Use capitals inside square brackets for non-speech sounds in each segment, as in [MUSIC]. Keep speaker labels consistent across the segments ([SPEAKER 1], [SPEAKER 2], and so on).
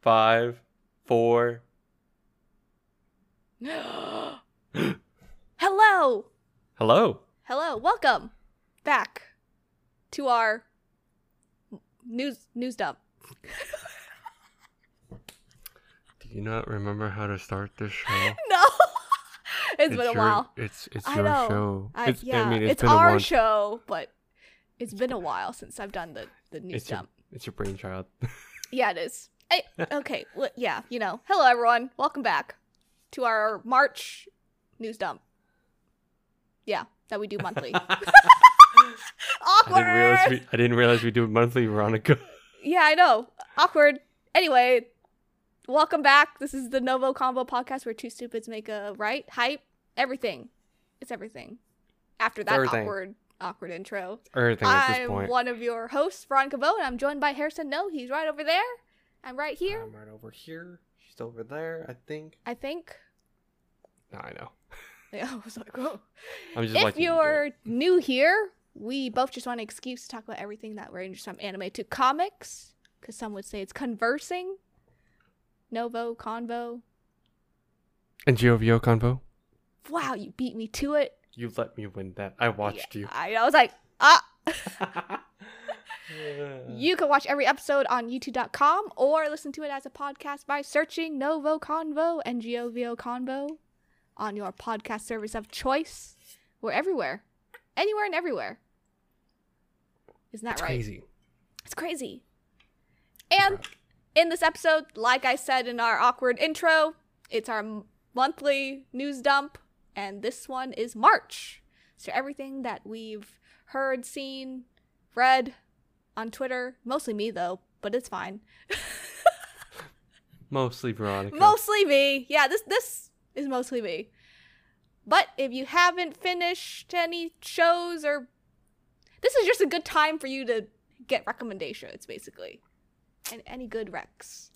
[SPEAKER 1] five, four.
[SPEAKER 2] [GASPS] Hello.
[SPEAKER 1] Hello.
[SPEAKER 2] Hello. Welcome back to our news news dump. [LAUGHS]
[SPEAKER 1] Do you not remember how to start this show?
[SPEAKER 2] No. [LAUGHS] it's been a
[SPEAKER 1] your-
[SPEAKER 2] while.
[SPEAKER 1] It's it's
[SPEAKER 2] I
[SPEAKER 1] your
[SPEAKER 2] know.
[SPEAKER 1] show.
[SPEAKER 2] I,
[SPEAKER 1] it's,
[SPEAKER 2] yeah,
[SPEAKER 1] I mean,
[SPEAKER 2] it's
[SPEAKER 1] been a
[SPEAKER 2] our
[SPEAKER 1] while-
[SPEAKER 2] show, but it's been a while since I've done the the news
[SPEAKER 1] It's your,
[SPEAKER 2] dump.
[SPEAKER 1] it's your
[SPEAKER 2] [LAUGHS]
[SPEAKER 1] brainchild.
[SPEAKER 2] Yeah, it is.
[SPEAKER 1] [LAUGHS]
[SPEAKER 2] I, okay, well, yeah, you know. Hello, everyone. Welcome back to our March news dump. Yeah, that we do
[SPEAKER 1] [LAUGHS]
[SPEAKER 2] monthly.
[SPEAKER 1] I didn't realize
[SPEAKER 2] Awkward.
[SPEAKER 1] we I didn't realize we do it monthly, Veronica. [LAUGHS]
[SPEAKER 2] Yeah, I know. Awkward. Anyway, welcome back. This is the Novo Combo podcast where two stupids make a right hype. Everything. It's everything. After that
[SPEAKER 1] Everything.
[SPEAKER 2] awkward, awkward intro.
[SPEAKER 1] Everything at this
[SPEAKER 2] I'm
[SPEAKER 1] point.
[SPEAKER 2] one of your hosts, Veronica Bow, and I'm joined by Harrison No. He's right over there. I'm right here,
[SPEAKER 1] I'm right over here. She's over there. I think.
[SPEAKER 2] I think. [LAUGHS]
[SPEAKER 1] No, I know.
[SPEAKER 2] Yeah, I was like, whoa.
[SPEAKER 1] I'm just
[SPEAKER 2] If
[SPEAKER 1] watching you do
[SPEAKER 2] you're
[SPEAKER 1] it.
[SPEAKER 2] new here, we both just want an excuse to talk about everything that ranges from anime to comics, because some would say it's conversing. Novo, Convo.
[SPEAKER 1] and Giovio Convo,
[SPEAKER 2] Wow, you beat me to it.
[SPEAKER 1] you let me win that. I watched
[SPEAKER 2] Yeah, I, I was like, ah.
[SPEAKER 1] [LAUGHS] you.
[SPEAKER 2] [LAUGHS] You can watch every episode on youtube.com or listen to it as a podcast by searching Novo Convo and GOVO Convo on your podcast service of choice. We're everywhere, anywhere and everywhere. Isn't that
[SPEAKER 1] It's
[SPEAKER 2] right?
[SPEAKER 1] crazy.
[SPEAKER 2] It's crazy. And in this episode, like I said in our awkward intro, it's our m- monthly news dump, and this one is March. So everything that we've heard, seen, read on Twitter, mostly me though, but it's fine.
[SPEAKER 1] Mostly Veronica.
[SPEAKER 2] Mostly me. Yeah, this this is mostly me. But if you haven't finished any shows or this is just a good time for you to get recommendations basically. And any good recs.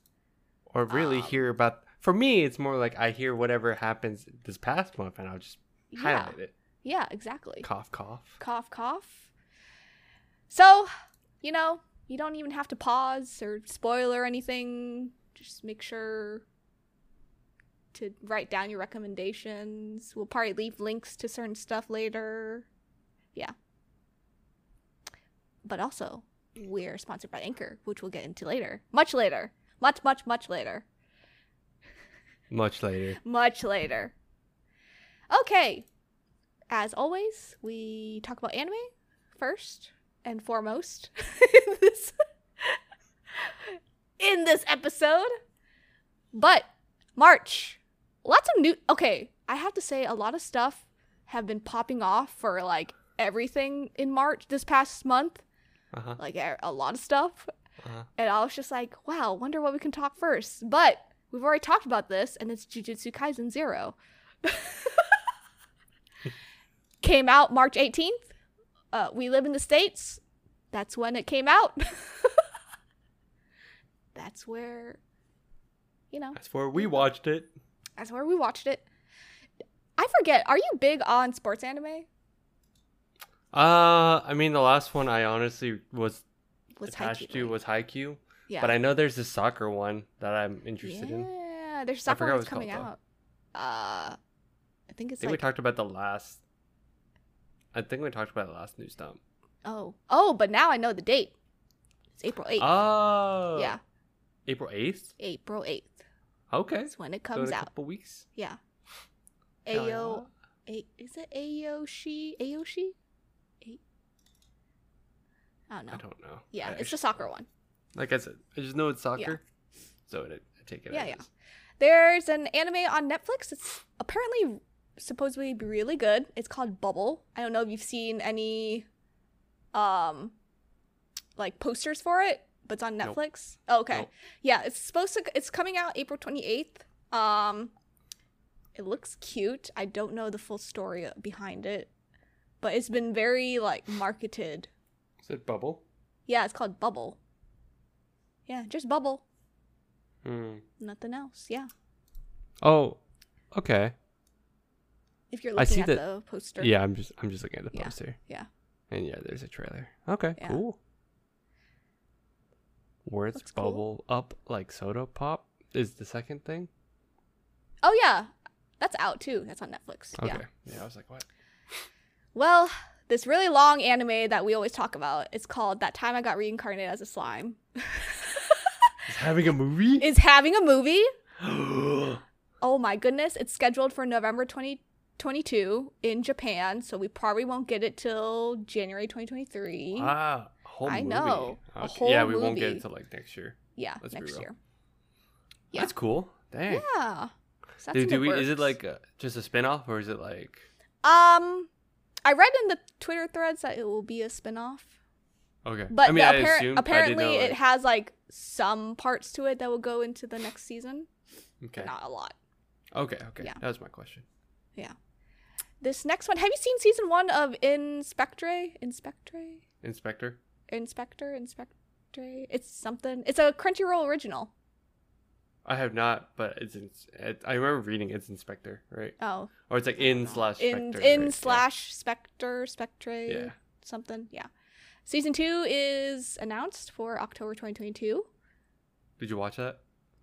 [SPEAKER 1] or really
[SPEAKER 2] um,
[SPEAKER 1] hear about. For me, it's more like I hear whatever happens this past month, and I'll just
[SPEAKER 2] Yeah.
[SPEAKER 1] highlight it.
[SPEAKER 2] Yeah, exactly.
[SPEAKER 1] Cough, cough.
[SPEAKER 2] cough cough. So, you know, you don't even have to pause or spoiler anything. Just make sure to write down your recommendations. We'll probably leave links to certain stuff later. Yeah. But also, we're sponsored by Anchor, which we'll get into later. Much later. Much, much, much later.
[SPEAKER 1] Much later.
[SPEAKER 2] Much later. Okay. As always, we talk about anime first and foremost [LAUGHS] in this in this episode. But March, lots of new Okay, I have to say a lot of stuff have been popping off for like everything in March this past month,
[SPEAKER 1] Uh huh.
[SPEAKER 2] like e, a a lot of stuff.
[SPEAKER 1] Uh-huh.
[SPEAKER 2] And I was just like, wow, wonder what we can talk first. But we've already talked about this, and it's Jujutsu
[SPEAKER 1] [LAUGHS]
[SPEAKER 2] Kaisen Zero. came out March 18th. Uh, we live in the States. That's when it came out. [LAUGHS] that's where, you know,
[SPEAKER 1] That's where we watched it.
[SPEAKER 2] that's where we watched it. I forget, are you big on sports anime?
[SPEAKER 1] Uh, I mean, the last one I honestly was
[SPEAKER 2] Was
[SPEAKER 1] attached
[SPEAKER 2] Haikyuu,
[SPEAKER 1] to
[SPEAKER 2] right?
[SPEAKER 1] was Haikyuu,
[SPEAKER 2] yeah.
[SPEAKER 1] but I know there's this soccer one that I'm interested in.
[SPEAKER 2] yeah, there's
[SPEAKER 1] I
[SPEAKER 2] something
[SPEAKER 1] forgot what
[SPEAKER 2] that's
[SPEAKER 1] it's called,
[SPEAKER 2] coming
[SPEAKER 1] though.
[SPEAKER 2] out. Uh, I think
[SPEAKER 1] I
[SPEAKER 2] it's
[SPEAKER 1] think we
[SPEAKER 2] like
[SPEAKER 1] talked about the last. I think we talked about the last news dump.
[SPEAKER 2] Oh, oh, but now I know the date. It's April 8th.
[SPEAKER 1] Oh.
[SPEAKER 2] yeah,
[SPEAKER 1] April eighth.
[SPEAKER 2] April 8th.
[SPEAKER 1] Okay.
[SPEAKER 2] That's when it
[SPEAKER 1] so in
[SPEAKER 2] comes
[SPEAKER 1] a
[SPEAKER 2] out.
[SPEAKER 1] couple weeks.
[SPEAKER 2] Yeah.
[SPEAKER 1] Hell yeah.
[SPEAKER 2] Ayo, a- is it Ayoshi? Ayoshi? A- I don't know.
[SPEAKER 1] I don't know.
[SPEAKER 2] yeah,
[SPEAKER 1] I
[SPEAKER 2] it's the
[SPEAKER 1] actually-
[SPEAKER 2] soccer one.
[SPEAKER 1] Like I said, I just know it's soccer, so it, I take it.
[SPEAKER 2] Yeah,
[SPEAKER 1] as
[SPEAKER 2] yeah.
[SPEAKER 1] is.
[SPEAKER 2] There's an anime on Netflix. It's apparently supposedly really good. It's called Bubble. I don't know if you've seen any, um, like posters for it, but it's on
[SPEAKER 1] Nope.
[SPEAKER 2] Netflix. Oh, okay.
[SPEAKER 1] Nope.
[SPEAKER 2] Yeah, it's supposed to. It's coming out April twenty eighth. Um, it looks cute. I don't know the full story behind it, but it's been very like marketed.
[SPEAKER 1] Is it bubble?
[SPEAKER 2] Yeah, it's called Bubble. Yeah, just Bubble.
[SPEAKER 1] Hmm.
[SPEAKER 2] Nothing else. Yeah.
[SPEAKER 1] Oh. Okay.
[SPEAKER 2] If you're
[SPEAKER 1] I see
[SPEAKER 2] looking at
[SPEAKER 1] that-
[SPEAKER 2] the poster.
[SPEAKER 1] Yeah, I'm just I'm just looking at the
[SPEAKER 2] Yeah,
[SPEAKER 1] poster.
[SPEAKER 2] yeah.
[SPEAKER 1] And yeah, there's a trailer. Okay.
[SPEAKER 2] Yeah.
[SPEAKER 1] Cool. Words
[SPEAKER 2] That's cool.
[SPEAKER 1] bubble up like soda pop is the second thing.
[SPEAKER 2] Oh yeah, that's out too. That's on Netflix.
[SPEAKER 1] Okay.
[SPEAKER 2] Yeah.
[SPEAKER 1] yeah I was like, what?
[SPEAKER 2] Well, this really long anime that we always talk about. It's called That Time I Got Reincarnated as a Slime.
[SPEAKER 1] It's having a movie?
[SPEAKER 2] Is having a movie. Oh my goodness, it's scheduled for November 2022 in Japan, so we probably won't get it till January 2023.
[SPEAKER 1] [GASPS] ah, a whole
[SPEAKER 2] I
[SPEAKER 1] movie.
[SPEAKER 2] know, a
[SPEAKER 1] Okay,
[SPEAKER 2] whole
[SPEAKER 1] yeah, we won't get
[SPEAKER 2] movie.
[SPEAKER 1] it till like next year.
[SPEAKER 2] yeah,
[SPEAKER 1] let's be
[SPEAKER 2] next
[SPEAKER 1] real.
[SPEAKER 2] year. Yeah.
[SPEAKER 1] That's cool. Dang.
[SPEAKER 2] Yeah. So that's
[SPEAKER 1] do
[SPEAKER 2] in
[SPEAKER 1] do
[SPEAKER 2] the
[SPEAKER 1] we, is it
[SPEAKER 2] works.
[SPEAKER 1] like a, just a spin-off or is it like
[SPEAKER 2] Um I read in the Twitter threads that it will be a spin-off.
[SPEAKER 1] okay
[SPEAKER 2] But
[SPEAKER 1] i mean
[SPEAKER 2] the
[SPEAKER 1] I
[SPEAKER 2] appar-
[SPEAKER 1] assumed- I didn't
[SPEAKER 2] apparently,
[SPEAKER 1] know,
[SPEAKER 2] it
[SPEAKER 1] like-
[SPEAKER 2] has like some parts to it that will go into the next season, but
[SPEAKER 1] okay
[SPEAKER 2] not a lot.
[SPEAKER 1] okay okay
[SPEAKER 2] Yeah.
[SPEAKER 1] that was my question
[SPEAKER 2] This next one, have you seen season one of Inspectre? Inspectre?
[SPEAKER 1] inspector
[SPEAKER 2] Inspector? Inspectre? It's something. It's a Crunchyroll original.
[SPEAKER 1] i have not but it's in, it, i remember reading it's inspector right
[SPEAKER 2] Oh,
[SPEAKER 1] or it's like in
[SPEAKER 2] no.
[SPEAKER 1] slash
[SPEAKER 2] in
[SPEAKER 1] specter,
[SPEAKER 2] in
[SPEAKER 1] right?
[SPEAKER 2] slash Spectre, Spectre,
[SPEAKER 1] yeah. yeah
[SPEAKER 2] something. Yeah, season two is announced for October 2022.
[SPEAKER 1] did you watch that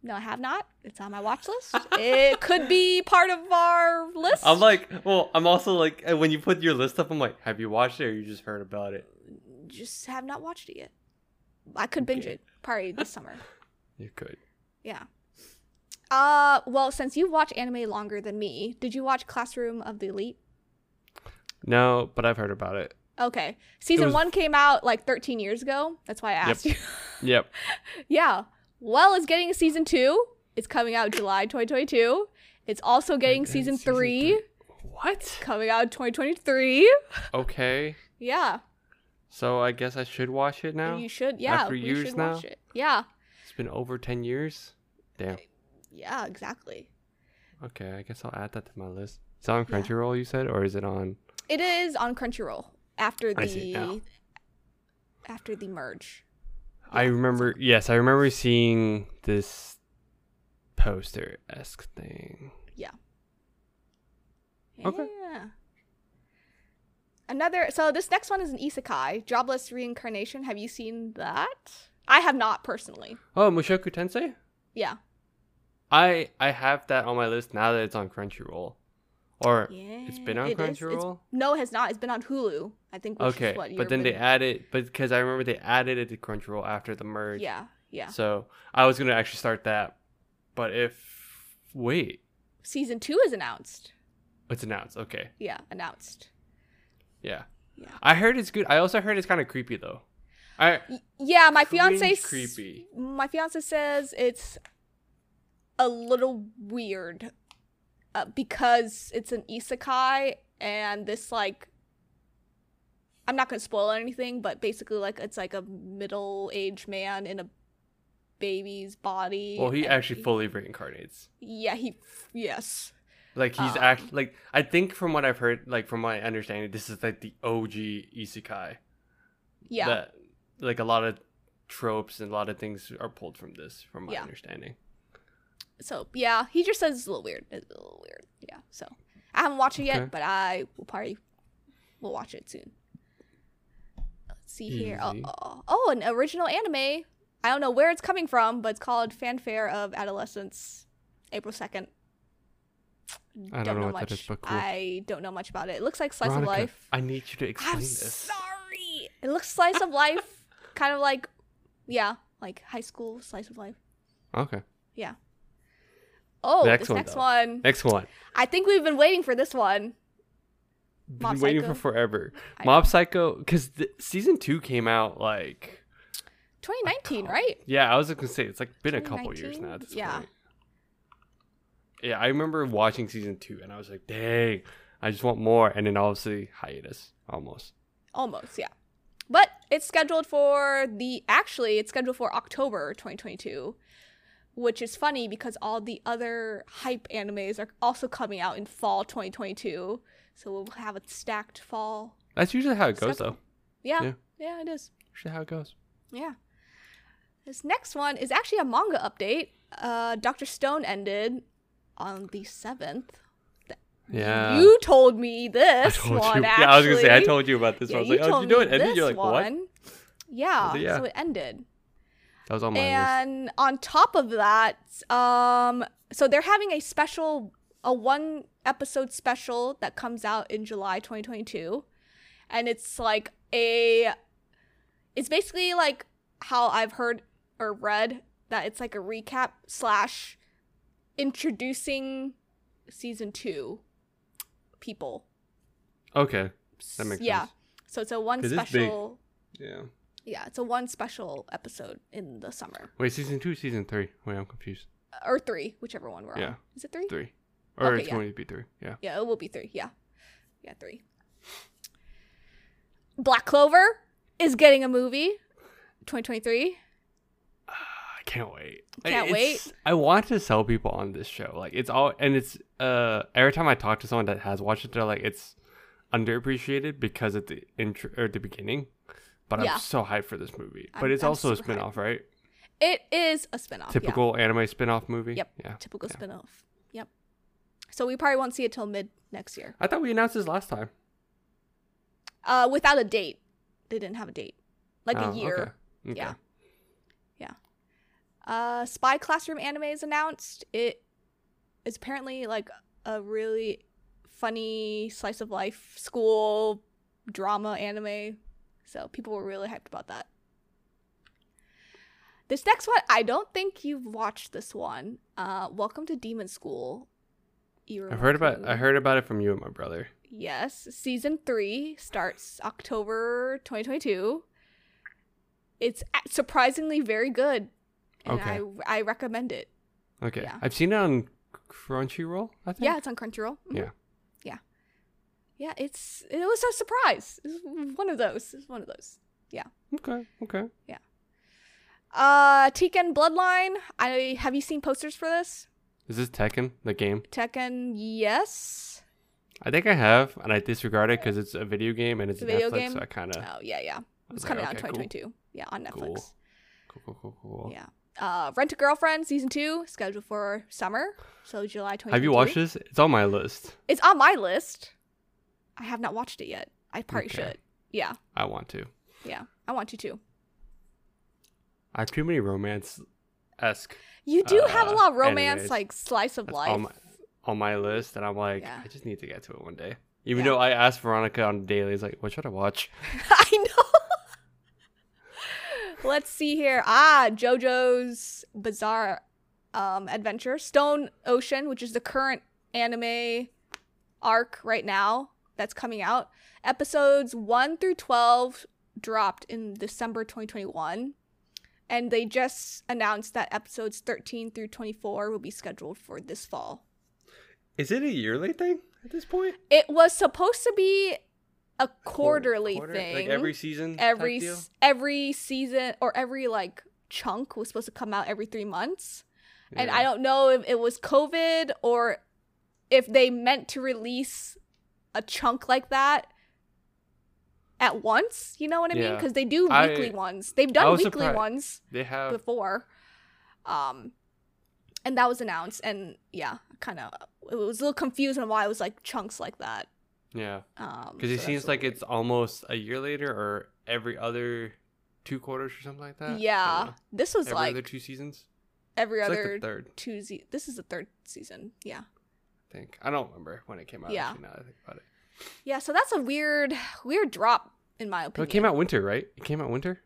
[SPEAKER 2] No, I have not. It's on my watch list.
[SPEAKER 1] [LAUGHS]
[SPEAKER 2] it could be part of our list.
[SPEAKER 1] i'm like well i'm also like when you put your list up i'm like have you watched it or you just heard about it
[SPEAKER 2] just have not watched it yet. I could binge
[SPEAKER 1] Okay.
[SPEAKER 2] it probably this summer.
[SPEAKER 1] you could
[SPEAKER 2] Yeah. Uh, well, since you watch anime longer than me, did you watch Classroom of the Elite?
[SPEAKER 1] no but i've heard about it
[SPEAKER 2] Okay, season
[SPEAKER 1] was-
[SPEAKER 2] one came out like 13 years ago. That's why I asked [LAUGHS]
[SPEAKER 1] yep
[SPEAKER 2] you. yeah. Well, it's getting a season two. It's coming out July 2022. It's also getting
[SPEAKER 1] Okay,
[SPEAKER 2] season,
[SPEAKER 1] season
[SPEAKER 2] three,
[SPEAKER 1] three. what
[SPEAKER 2] coming out 2023.
[SPEAKER 1] okay
[SPEAKER 2] Yeah,
[SPEAKER 1] so i guess i should watch it now
[SPEAKER 2] you should. Yeah,
[SPEAKER 1] After
[SPEAKER 2] we
[SPEAKER 1] years
[SPEAKER 2] should watch
[SPEAKER 1] now?
[SPEAKER 2] it. Yeah,
[SPEAKER 1] it's been over 10 years damn
[SPEAKER 2] yeah, exactly.
[SPEAKER 1] Okay, I guess I'll add that to my list. It's on
[SPEAKER 2] Yeah.
[SPEAKER 1] Crunchyroll, you said, or is it on?
[SPEAKER 2] It is on Crunchyroll after
[SPEAKER 1] I see it
[SPEAKER 2] the
[SPEAKER 1] now.
[SPEAKER 2] after the merge.
[SPEAKER 1] I remember. Yes, I remember seeing this poster esque thing. Okay.
[SPEAKER 2] Yeah. Another so this next one is an isekai, jobless reincarnation. Have you seen that? I have not personally.
[SPEAKER 1] Oh, Mushoku Tensei.
[SPEAKER 2] Yeah.
[SPEAKER 1] I I have that on my list now that it's on Crunchyroll, or
[SPEAKER 2] Yeah.
[SPEAKER 1] it's been on
[SPEAKER 2] it is- it's-
[SPEAKER 1] Crunchyroll.
[SPEAKER 2] no, it has not. It's been on Hulu. I think which
[SPEAKER 1] okay,
[SPEAKER 2] is what you're
[SPEAKER 1] but then they
[SPEAKER 2] with-
[SPEAKER 1] added, but because I remember they added it to Crunchyroll after the merge.
[SPEAKER 2] Yeah, yeah.
[SPEAKER 1] So I was gonna actually start that, but if wait,
[SPEAKER 2] Season 2 is announced.
[SPEAKER 1] it's announced. Okay,
[SPEAKER 2] Yeah, announced.
[SPEAKER 1] yeah.
[SPEAKER 2] Yeah.
[SPEAKER 1] I heard it's good. I also heard it's kind of creepy though. I
[SPEAKER 2] Y- yeah, my
[SPEAKER 1] Cringe
[SPEAKER 2] fiance s-
[SPEAKER 1] creepy.
[SPEAKER 2] My fiance says it's a little weird uh, because it's an isekai and this like I'm not gonna spoil anything, but basically like it's like a middle aged man in a baby's body.
[SPEAKER 1] Well, he
[SPEAKER 2] and
[SPEAKER 1] actually fully reincarnates.
[SPEAKER 2] yeah he yes
[SPEAKER 1] Like he's
[SPEAKER 2] Um,
[SPEAKER 1] act like I think from what I've heard, like from my understanding, this is like the OG isekai.
[SPEAKER 2] yeah
[SPEAKER 1] That, like a lot of tropes and a lot of things are pulled from this, from my
[SPEAKER 2] Yeah.
[SPEAKER 1] understanding.
[SPEAKER 2] so yeah he just says it's a little weird it's a little weird yeah so I haven't watched it
[SPEAKER 1] Okay.
[SPEAKER 2] yet but I will probably will watch it soon. Let's see here oh,
[SPEAKER 1] Easy.
[SPEAKER 2] oh, oh an original anime I don't know where it's coming from but it's called Fanfare of Adolescence April second. Mm,
[SPEAKER 1] I don't know what that is, but cool.
[SPEAKER 2] I don't know much about it. It looks like slice
[SPEAKER 1] Veronica,
[SPEAKER 2] of life.
[SPEAKER 1] I need you to explain
[SPEAKER 2] I'm
[SPEAKER 1] this.
[SPEAKER 2] sorry. It looks slice of life, [LAUGHS] kind of like, yeah, like high school slice of life.
[SPEAKER 1] Okay.
[SPEAKER 2] Oh,
[SPEAKER 1] Next
[SPEAKER 2] this
[SPEAKER 1] one,
[SPEAKER 2] next
[SPEAKER 1] though.
[SPEAKER 2] one.
[SPEAKER 1] Next one.
[SPEAKER 2] I think we've been waiting for this one.
[SPEAKER 1] Been
[SPEAKER 2] Mob
[SPEAKER 1] waiting
[SPEAKER 2] Psycho.
[SPEAKER 1] for forever.
[SPEAKER 2] I-
[SPEAKER 1] Mob Psycho, because season two came out like
[SPEAKER 2] 2019, right?
[SPEAKER 1] Yeah, I was gonna say it's like been a couple years
[SPEAKER 2] 2019?
[SPEAKER 1] now. At this
[SPEAKER 2] Yeah.
[SPEAKER 1] Point. Yeah, I remember watching season two, and I was like, "Dang, I just want more." And then obviously hiatus, almost.
[SPEAKER 2] Almost, yeah. But it's scheduled for the actually it's scheduled for October 2022, which is funny because all the other hype animes are also coming out in fall 2022. So we'll have a stacked fall.
[SPEAKER 1] That's usually how it goes,
[SPEAKER 2] Several.
[SPEAKER 1] though.
[SPEAKER 2] Yeah.
[SPEAKER 1] Yeah.
[SPEAKER 2] yeah it is.
[SPEAKER 1] Usually how it goes.
[SPEAKER 2] Yeah. This next one is actually a manga update. Uh, Doctor Stone ended on the seventh.
[SPEAKER 1] Yeah.
[SPEAKER 2] You told me this one.
[SPEAKER 1] you.
[SPEAKER 2] Actually.
[SPEAKER 1] Yeah, [LAUGHS] I was gonna say I told you about this.
[SPEAKER 2] Yeah,
[SPEAKER 1] one. I was
[SPEAKER 2] you
[SPEAKER 1] like, "Oh,
[SPEAKER 2] told
[SPEAKER 1] you know
[SPEAKER 2] me
[SPEAKER 1] it?" And then
[SPEAKER 2] this
[SPEAKER 1] you're like, "What?"
[SPEAKER 2] one. Yeah,
[SPEAKER 1] like, yeah.
[SPEAKER 2] So it ended.
[SPEAKER 1] That was on my list.
[SPEAKER 2] and on top of that, um, so they're having a special, a one episode special that comes out in July 2022, and it's like a, it's basically like how I've heard or read that it's like a recap slash introducing season two people.
[SPEAKER 1] Okay. That makes
[SPEAKER 2] yeah.
[SPEAKER 1] sense.
[SPEAKER 2] So it's a one
[SPEAKER 1] 'Cause it's big.
[SPEAKER 2] special.
[SPEAKER 1] Yeah.
[SPEAKER 2] Yeah, it's a one special episode in the summer
[SPEAKER 1] Wait, season two, season three. Wait, I'm confused.
[SPEAKER 2] or three, whichever one we're
[SPEAKER 1] Yeah.
[SPEAKER 2] on. Is it three?
[SPEAKER 1] Three. Or
[SPEAKER 2] Okay,
[SPEAKER 1] it's
[SPEAKER 2] yeah.
[SPEAKER 1] going to be three. Yeah.
[SPEAKER 2] Yeah, it will be three. Yeah. Yeah, three. Black Clover is getting a movie 2023.
[SPEAKER 1] I can't wait.
[SPEAKER 2] Can't
[SPEAKER 1] It's- I want to sell people on this show. Like it's all and it's uh every time I talk to someone that has watched it, they're like it's underappreciated because at the intro or at the beginning. But
[SPEAKER 2] Yeah.
[SPEAKER 1] I'm so hyped for this movie. But
[SPEAKER 2] I'm-
[SPEAKER 1] it's
[SPEAKER 2] I'm
[SPEAKER 1] also a
[SPEAKER 2] super hyped.
[SPEAKER 1] spin-off, right?
[SPEAKER 2] It is a spinoff.
[SPEAKER 1] Typical anime spin-off movie.
[SPEAKER 2] Yep.
[SPEAKER 1] Yeah.
[SPEAKER 2] Yeah. Typical spin-off. Yep. So we probably won't see it till mid next year.
[SPEAKER 1] I thought we announced this last time.
[SPEAKER 2] Uh without a date. They didn't have a date. Like
[SPEAKER 1] Oh,
[SPEAKER 2] a year.
[SPEAKER 1] Okay. Okay.
[SPEAKER 2] Yeah. Uh, Spy Classroom anime is announced. It is apparently like a really funny slice of life school drama anime. So people were really hyped about that. This next one, I don't think you've watched this one. Uh, Welcome to Demon School.
[SPEAKER 1] I've heard about I heard about it from you and my brother.
[SPEAKER 2] Yes, season three starts October 2022. It's a- surprisingly very good, and
[SPEAKER 1] Okay.
[SPEAKER 2] I I recommend it.
[SPEAKER 1] Okay.
[SPEAKER 2] Yeah.
[SPEAKER 1] I've seen it on Crunchyroll, I think.
[SPEAKER 2] Yeah, it's on Crunchyroll. Mhm.
[SPEAKER 1] Yeah.
[SPEAKER 2] yeah, yeah. It's it was a surprise. It's one of those. It's one of those.
[SPEAKER 1] Okay. Okay.
[SPEAKER 2] Uh, Tekken Bloodline. I have you seen posters for this
[SPEAKER 1] Is this Tekken, the game?
[SPEAKER 2] Tekken? Yes.
[SPEAKER 1] I think I have, and I disregard it because it's a video game and it's
[SPEAKER 2] It's a video
[SPEAKER 1] Netflix,
[SPEAKER 2] game?
[SPEAKER 1] so I kind of
[SPEAKER 2] Oh yeah, yeah. It's
[SPEAKER 1] Okay,
[SPEAKER 2] coming out in
[SPEAKER 1] okay, cool.
[SPEAKER 2] 2022. Yeah, on Netflix.
[SPEAKER 1] cool. Cool, cool, cool, cool.
[SPEAKER 2] Yeah. Uh, Rent a Girlfriend season two scheduled for summer, so July twenty.
[SPEAKER 1] Have you watched this? It's on my list.
[SPEAKER 2] It's on my list. I have not watched it yet. I probably
[SPEAKER 1] Okay.
[SPEAKER 2] should. Yeah,
[SPEAKER 1] I want to.
[SPEAKER 2] yeah. I want to too.
[SPEAKER 1] I have too many romance esque
[SPEAKER 2] You do have a
[SPEAKER 1] Uh,
[SPEAKER 2] lot of romance,
[SPEAKER 1] anyways,
[SPEAKER 2] like slice of life.
[SPEAKER 1] on my on my list, and I'm like,
[SPEAKER 2] Yeah.
[SPEAKER 1] I just need to get to it one day. Even
[SPEAKER 2] Yeah.
[SPEAKER 1] though I asked Veronica on the daily, it's like, what should I watch?
[SPEAKER 2] [LAUGHS] I know. Let's see here. Ah, JoJo's Bizarre um, Adventure, Stone Ocean, which is the current anime arc right now that's coming out. Episodes 1 through 12 dropped in December 2021. And they just announced that episodes 13 through 24 will be scheduled for this fall.
[SPEAKER 1] Is it a yearly thing at this point?
[SPEAKER 2] It was supposed to be a quarterly thing
[SPEAKER 1] like every season,
[SPEAKER 2] every s- every season or every like chunk was supposed to come out every three months and i don't know if it was covid or if they meant to release a chunk like that at once you know what i mean? 'Cause mean
[SPEAKER 1] Yeah.
[SPEAKER 2] because they do
[SPEAKER 1] I-
[SPEAKER 2] weekly ones they've
[SPEAKER 1] I
[SPEAKER 2] done
[SPEAKER 1] was
[SPEAKER 2] weekly
[SPEAKER 1] surprised. Uh,
[SPEAKER 2] ones
[SPEAKER 1] They have
[SPEAKER 2] before um and that was announced and yeah kind of it was a little confused on why it was like chunks like that
[SPEAKER 1] yeah,
[SPEAKER 2] um
[SPEAKER 1] because
[SPEAKER 2] so
[SPEAKER 1] it
[SPEAKER 2] that's
[SPEAKER 1] seems
[SPEAKER 2] a
[SPEAKER 1] like
[SPEAKER 2] little
[SPEAKER 1] it's almost a year later or every other two quarters or something like that. I
[SPEAKER 2] weird.
[SPEAKER 1] don't
[SPEAKER 2] yeah
[SPEAKER 1] know.
[SPEAKER 2] this was
[SPEAKER 1] every
[SPEAKER 2] like
[SPEAKER 1] other two seasons.
[SPEAKER 2] every
[SPEAKER 1] It's
[SPEAKER 2] other
[SPEAKER 1] like the third,
[SPEAKER 2] two se- this is the third season yeah
[SPEAKER 1] I think. I don't remember when it came out.
[SPEAKER 2] Yeah.
[SPEAKER 1] Actually, now that I think about it.
[SPEAKER 2] yeah so that's a weird weird drop in my
[SPEAKER 1] But
[SPEAKER 2] opinion
[SPEAKER 1] it came out winter, right? It came out winter.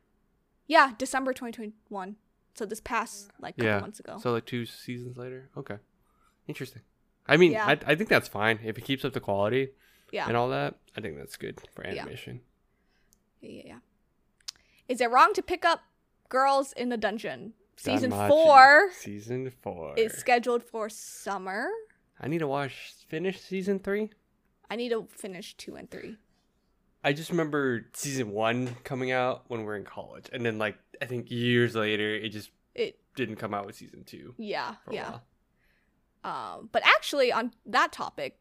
[SPEAKER 2] yeah december 2021 so this past like couple
[SPEAKER 1] Yeah.
[SPEAKER 2] months ago
[SPEAKER 1] So like two seasons later. Okay, interesting. I mean,
[SPEAKER 2] Yeah.
[SPEAKER 1] I, I think that's fine if it keeps up the quality
[SPEAKER 2] yeah.
[SPEAKER 1] and all that. I think that's good for
[SPEAKER 2] Yeah.
[SPEAKER 1] animation.
[SPEAKER 2] yeah yeah yeah is it wrong to pick up girls in a dungeon season
[SPEAKER 1] Danmachi.
[SPEAKER 2] four
[SPEAKER 1] Season four.
[SPEAKER 2] is scheduled for summer
[SPEAKER 1] I need to watch finish season three.
[SPEAKER 2] i need to finish two and three
[SPEAKER 1] I just remember season one coming out when we were in college, and then like I think years later, it just
[SPEAKER 2] it
[SPEAKER 1] didn't come out with season two
[SPEAKER 2] yeah
[SPEAKER 1] for a
[SPEAKER 2] yeah
[SPEAKER 1] while.
[SPEAKER 2] Um, but actually, on that topic,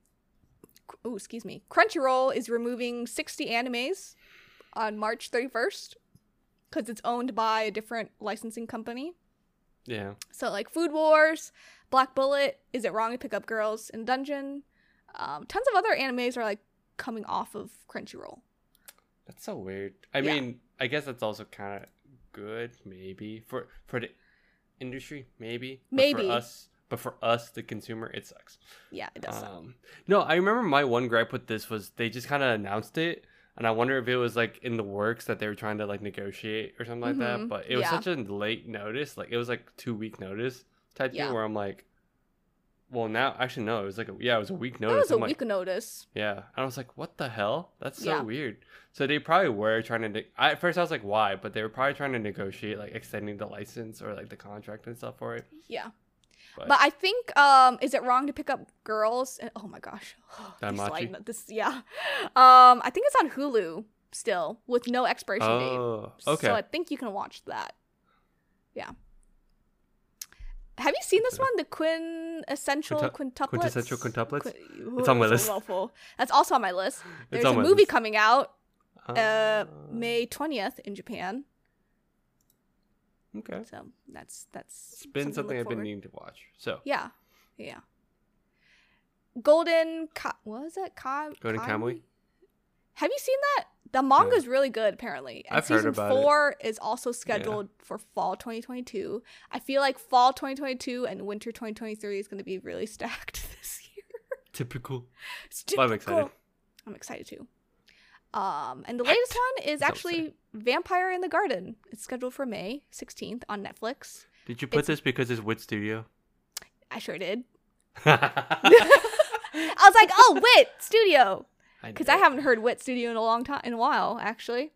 [SPEAKER 2] ooh, excuse me, Crunchyroll is removing 60 animes on March 31st because it's owned by a different licensing company.
[SPEAKER 1] Yeah.
[SPEAKER 2] So, like Food Wars, Black Bullet, Is It Wrong to Pick Up Girls in Dungeon? Um, tons of other animes are like coming off of Crunchyroll.
[SPEAKER 1] That's so weird. I
[SPEAKER 2] Yeah.
[SPEAKER 1] mean, I guess that's also kind of good, maybe for for the industry, maybe. But
[SPEAKER 2] Maybe.
[SPEAKER 1] for us, but for us, the consumer, it sucks.
[SPEAKER 2] Yeah, it does. suck.
[SPEAKER 1] Um, no, I remember my one gripe with this was they just kind of announced it, and I wonder if it was like in the works that they were trying to like negotiate or something like that.
[SPEAKER 2] Mhm,
[SPEAKER 1] But it was
[SPEAKER 2] yeah.
[SPEAKER 1] such a late notice, like it was like two week notice type
[SPEAKER 2] Yeah.
[SPEAKER 1] thing where I'm like, well, now actually no, it was like a, yeah, it was a week
[SPEAKER 2] That
[SPEAKER 1] notice.
[SPEAKER 2] was a
[SPEAKER 1] I'm like,
[SPEAKER 2] week notice.
[SPEAKER 1] yeah, and I was like, what the hell? That's so
[SPEAKER 2] Yeah.
[SPEAKER 1] weird. So they probably were trying to. Ne- I, at first, I was like, why? But they were probably trying to negotiate like extending the license or like the contract and stuff for it.
[SPEAKER 2] Yeah. But,
[SPEAKER 1] But-
[SPEAKER 2] I think um is it wrong to pick up girls? And, oh my gosh. [SIGHS] These
[SPEAKER 1] Daimachi?
[SPEAKER 2] line- this yeah. Um I think it's on Hulu still with no expiration date.
[SPEAKER 1] Oh, okay.
[SPEAKER 2] So I think you can watch that. Yeah. Have you seen this
[SPEAKER 1] Okay.
[SPEAKER 2] one? The quintessential
[SPEAKER 1] Quintu-
[SPEAKER 2] quintuplets.
[SPEAKER 1] quintessential quintuplets?
[SPEAKER 2] Quin-
[SPEAKER 1] It's on my
[SPEAKER 2] a
[SPEAKER 1] list.
[SPEAKER 2] mouthful. That's also on my list.
[SPEAKER 1] It's
[SPEAKER 2] There's
[SPEAKER 1] on
[SPEAKER 2] a
[SPEAKER 1] my
[SPEAKER 2] movie
[SPEAKER 1] list.
[SPEAKER 2] coming out uh
[SPEAKER 1] Ah,
[SPEAKER 2] May 20th in Japan.
[SPEAKER 1] Okay.
[SPEAKER 2] So that's that's
[SPEAKER 1] It's been
[SPEAKER 2] to
[SPEAKER 1] something
[SPEAKER 2] look
[SPEAKER 1] I've been
[SPEAKER 2] forward-
[SPEAKER 1] needing to watch. So
[SPEAKER 2] Yeah, yeah. Golden, Ka- what was that? Ka-
[SPEAKER 1] Golden Kamuy?
[SPEAKER 2] Have you seen that? The manga's really good, apparently. And
[SPEAKER 1] I've heard
[SPEAKER 2] season
[SPEAKER 1] about it.
[SPEAKER 2] four is also scheduled for fall 2022. I feel like fall 2022 and winter 2023 is going to be really [LAUGHS] stacked this year. [LAUGHS]
[SPEAKER 1] typical.
[SPEAKER 2] It's
[SPEAKER 1] Well, I'm
[SPEAKER 2] difficult.
[SPEAKER 1] excited.
[SPEAKER 2] I'm excited too. Um, and the latest one is
[SPEAKER 1] Sounds
[SPEAKER 2] actually Vampire in the Garden. It's scheduled for May 16th on Netflix.
[SPEAKER 1] Did you
[SPEAKER 2] put
[SPEAKER 1] put
[SPEAKER 2] It's-
[SPEAKER 1] this because it's Wit Studio? [LAUGHS]
[SPEAKER 2] [LAUGHS] I sure did. [LAUGHS]
[SPEAKER 1] I
[SPEAKER 2] I was like, oh, Wit Studio. Because I haven't heard Wit Studio in a long time, in a while, actually.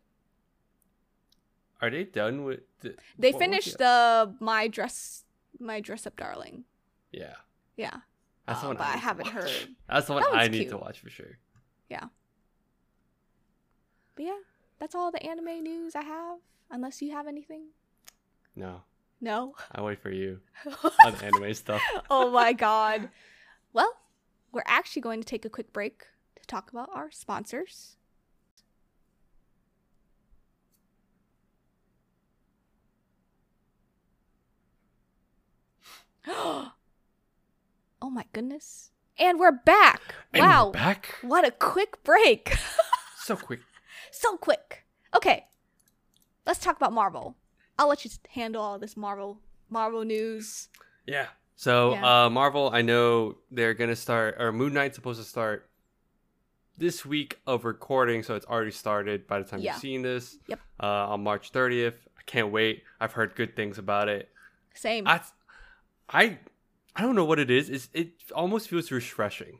[SPEAKER 1] Are they done with? The,
[SPEAKER 2] They
[SPEAKER 1] what was
[SPEAKER 2] finished
[SPEAKER 1] it?
[SPEAKER 2] the my dress, my dress up, darling.
[SPEAKER 1] Yeah,
[SPEAKER 2] Yeah,
[SPEAKER 1] that's
[SPEAKER 2] Uh,
[SPEAKER 1] the one.
[SPEAKER 2] but I
[SPEAKER 1] need to
[SPEAKER 2] haven't
[SPEAKER 1] watch.
[SPEAKER 2] heard.
[SPEAKER 1] That's the one
[SPEAKER 2] That
[SPEAKER 1] I
[SPEAKER 2] one's
[SPEAKER 1] need to
[SPEAKER 2] cute.
[SPEAKER 1] watch for sure.
[SPEAKER 2] but yeah, that's all the anime news I have. Unless you have anything.
[SPEAKER 1] No,
[SPEAKER 2] No. [LAUGHS]
[SPEAKER 1] I wait for you on anime stuff.
[SPEAKER 2] oh my god. Well, we're actually going to take a quick break to talk about our sponsors. [GASPS] oh my goodness. And we're back.
[SPEAKER 1] And we're
[SPEAKER 2] wow.
[SPEAKER 1] back
[SPEAKER 2] What a quick break. [LAUGHS]
[SPEAKER 1] so quick.
[SPEAKER 2] so quick. Okay. Let's talk about Marvel. I'll let you handle all this Marvel Marvel news.
[SPEAKER 1] Yeah. So
[SPEAKER 2] Yeah.
[SPEAKER 1] Uh, Marvel, I know they're gonna start, or Moon Knight's supposed to start this week of recording, so it's already started by the time
[SPEAKER 2] Yeah.
[SPEAKER 1] you're seeing this.
[SPEAKER 2] Yep.
[SPEAKER 1] Uh, on March 30th, I can't wait. I've heard good things about it.
[SPEAKER 2] Same.
[SPEAKER 1] I, I, I don't know what it is. It's, it almost feels refreshing,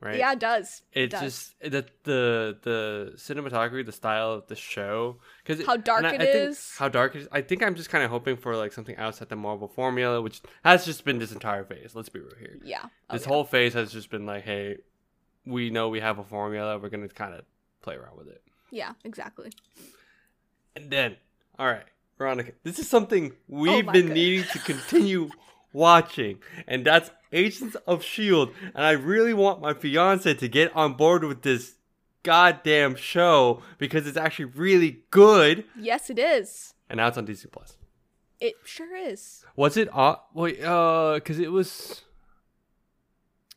[SPEAKER 1] right?
[SPEAKER 2] Yeah, it does.
[SPEAKER 1] It
[SPEAKER 2] does.
[SPEAKER 1] just the the the cinematography, the style of the show, because
[SPEAKER 2] How dark
[SPEAKER 1] it is.
[SPEAKER 2] it is.
[SPEAKER 1] How dark it is. I think I'm just kind of hoping for like something outside the Marvel formula, which has just been this entire phase. Let's be real here.
[SPEAKER 2] yeah. Oh,
[SPEAKER 1] this
[SPEAKER 2] yeah.
[SPEAKER 1] whole phase has just been like, hey, we know we have a formula. We're gonna kind of play around with it.
[SPEAKER 2] Yeah, exactly.
[SPEAKER 1] And then, all right, Veronica, this is something we've
[SPEAKER 2] Oh
[SPEAKER 1] been
[SPEAKER 2] my goodness.
[SPEAKER 1] needing to
[SPEAKER 2] [LAUGHS]
[SPEAKER 1] continue watching, and that's Agents of S.H.I.E.L.D. And I really want my fiance to get on board with this goddamn show because it's actually really good.
[SPEAKER 2] Yes, it is.
[SPEAKER 1] And now it's on Disney Plus.
[SPEAKER 2] It sure is.
[SPEAKER 1] Was it on? Wait, uh, because it was.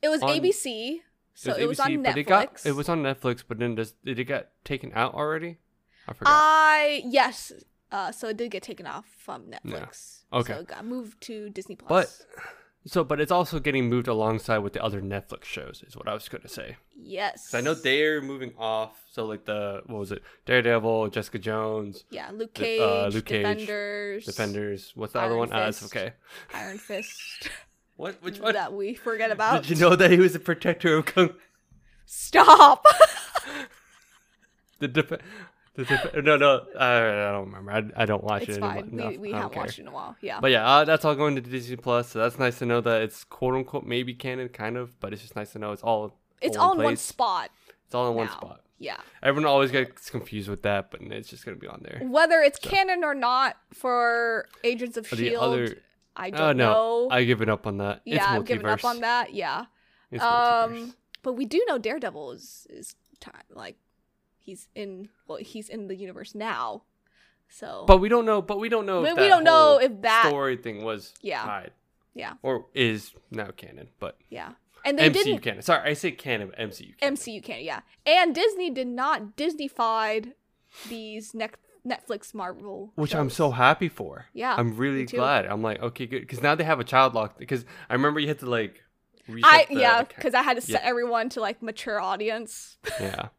[SPEAKER 2] It was
[SPEAKER 1] On-
[SPEAKER 2] ABC, so it was,
[SPEAKER 1] ABC,
[SPEAKER 2] on
[SPEAKER 1] but
[SPEAKER 2] Netflix.
[SPEAKER 1] It, got, it was on Netflix, but then does, did it get taken out already? I
[SPEAKER 2] Uh,
[SPEAKER 1] forgot.
[SPEAKER 2] I yes. Uh, so it did get taken off from Netflix.
[SPEAKER 1] Okay.
[SPEAKER 2] So it got moved to Disney Plus.
[SPEAKER 1] but so, but it's also getting moved alongside with the other Netflix shows, is what I was going to say.
[SPEAKER 2] yes,
[SPEAKER 1] So I know they're moving off. So like the what was it? Daredevil, Jessica Jones,
[SPEAKER 2] Yeah, Luke Cage,
[SPEAKER 1] The- uh, Luke Cage,
[SPEAKER 2] Defenders,
[SPEAKER 1] Defenders. What's the other
[SPEAKER 2] Iron
[SPEAKER 1] one? Ah, it's
[SPEAKER 2] Fist.
[SPEAKER 1] okay.
[SPEAKER 2] Iron Fist.
[SPEAKER 1] What? [LAUGHS] Which one?
[SPEAKER 2] that we forget about?
[SPEAKER 1] Did you know that he was the protector of Kung?
[SPEAKER 2] Stop. [LAUGHS]
[SPEAKER 1] The def- the def- no, no, I, I don't remember. I, I don't watch
[SPEAKER 2] it's
[SPEAKER 1] it
[SPEAKER 2] fine.
[SPEAKER 1] anymore.
[SPEAKER 2] We,
[SPEAKER 1] No,
[SPEAKER 2] we
[SPEAKER 1] I don't
[SPEAKER 2] haven't
[SPEAKER 1] care.
[SPEAKER 2] watched it in a while. Yeah.
[SPEAKER 1] But yeah, uh, that's all going to Disney Plus. So that's nice to know that it's quote unquote maybe canon, kind of. But it's just nice to know it's all
[SPEAKER 2] it's
[SPEAKER 1] all
[SPEAKER 2] all
[SPEAKER 1] in
[SPEAKER 2] in one
[SPEAKER 1] place.
[SPEAKER 2] spot.
[SPEAKER 1] it's all in one
[SPEAKER 2] now.
[SPEAKER 1] spot.
[SPEAKER 2] Yeah.
[SPEAKER 1] Everyone always gets confused with that, but it's just gonna be on there.
[SPEAKER 2] Whether it's canon or not for Agents of
[SPEAKER 1] But
[SPEAKER 2] Shield,
[SPEAKER 1] the other,
[SPEAKER 2] I don't
[SPEAKER 1] oh no,
[SPEAKER 2] know.
[SPEAKER 1] I given up on that.
[SPEAKER 2] yeah,
[SPEAKER 1] it's multiverse.
[SPEAKER 2] I've given up on that. Yeah.
[SPEAKER 1] It's multiverse.
[SPEAKER 2] Um, but we do know Daredevil is, is time like he's in well he's in the universe now, so
[SPEAKER 1] But we don't know. But we don't know.
[SPEAKER 2] But
[SPEAKER 1] if
[SPEAKER 2] we
[SPEAKER 1] that
[SPEAKER 2] don't know
[SPEAKER 1] whole
[SPEAKER 2] if that-
[SPEAKER 1] story thing was
[SPEAKER 2] Yeah.
[SPEAKER 1] tied.
[SPEAKER 2] Yeah.
[SPEAKER 1] Or is now canon, but
[SPEAKER 2] yeah, and they
[SPEAKER 1] MCU
[SPEAKER 2] didn't
[SPEAKER 1] canon. Sorry, I say canon, but MCU. Canon.
[SPEAKER 2] MCU can yeah, and Disney did not Disneyfied these next Netflix Marvel.
[SPEAKER 1] which I'm
[SPEAKER 2] shows.
[SPEAKER 1] so happy for.
[SPEAKER 2] Yeah,
[SPEAKER 1] I'm really
[SPEAKER 2] me too.
[SPEAKER 1] glad. I'm like, okay, good, because now they have a child lock. Because I remember you had to like. Reset
[SPEAKER 2] I
[SPEAKER 1] the
[SPEAKER 2] yeah,
[SPEAKER 1] account.
[SPEAKER 2] because I had to
[SPEAKER 1] Yeah.
[SPEAKER 2] set everyone to like mature audience. [LAUGHS]
[SPEAKER 1] yeah.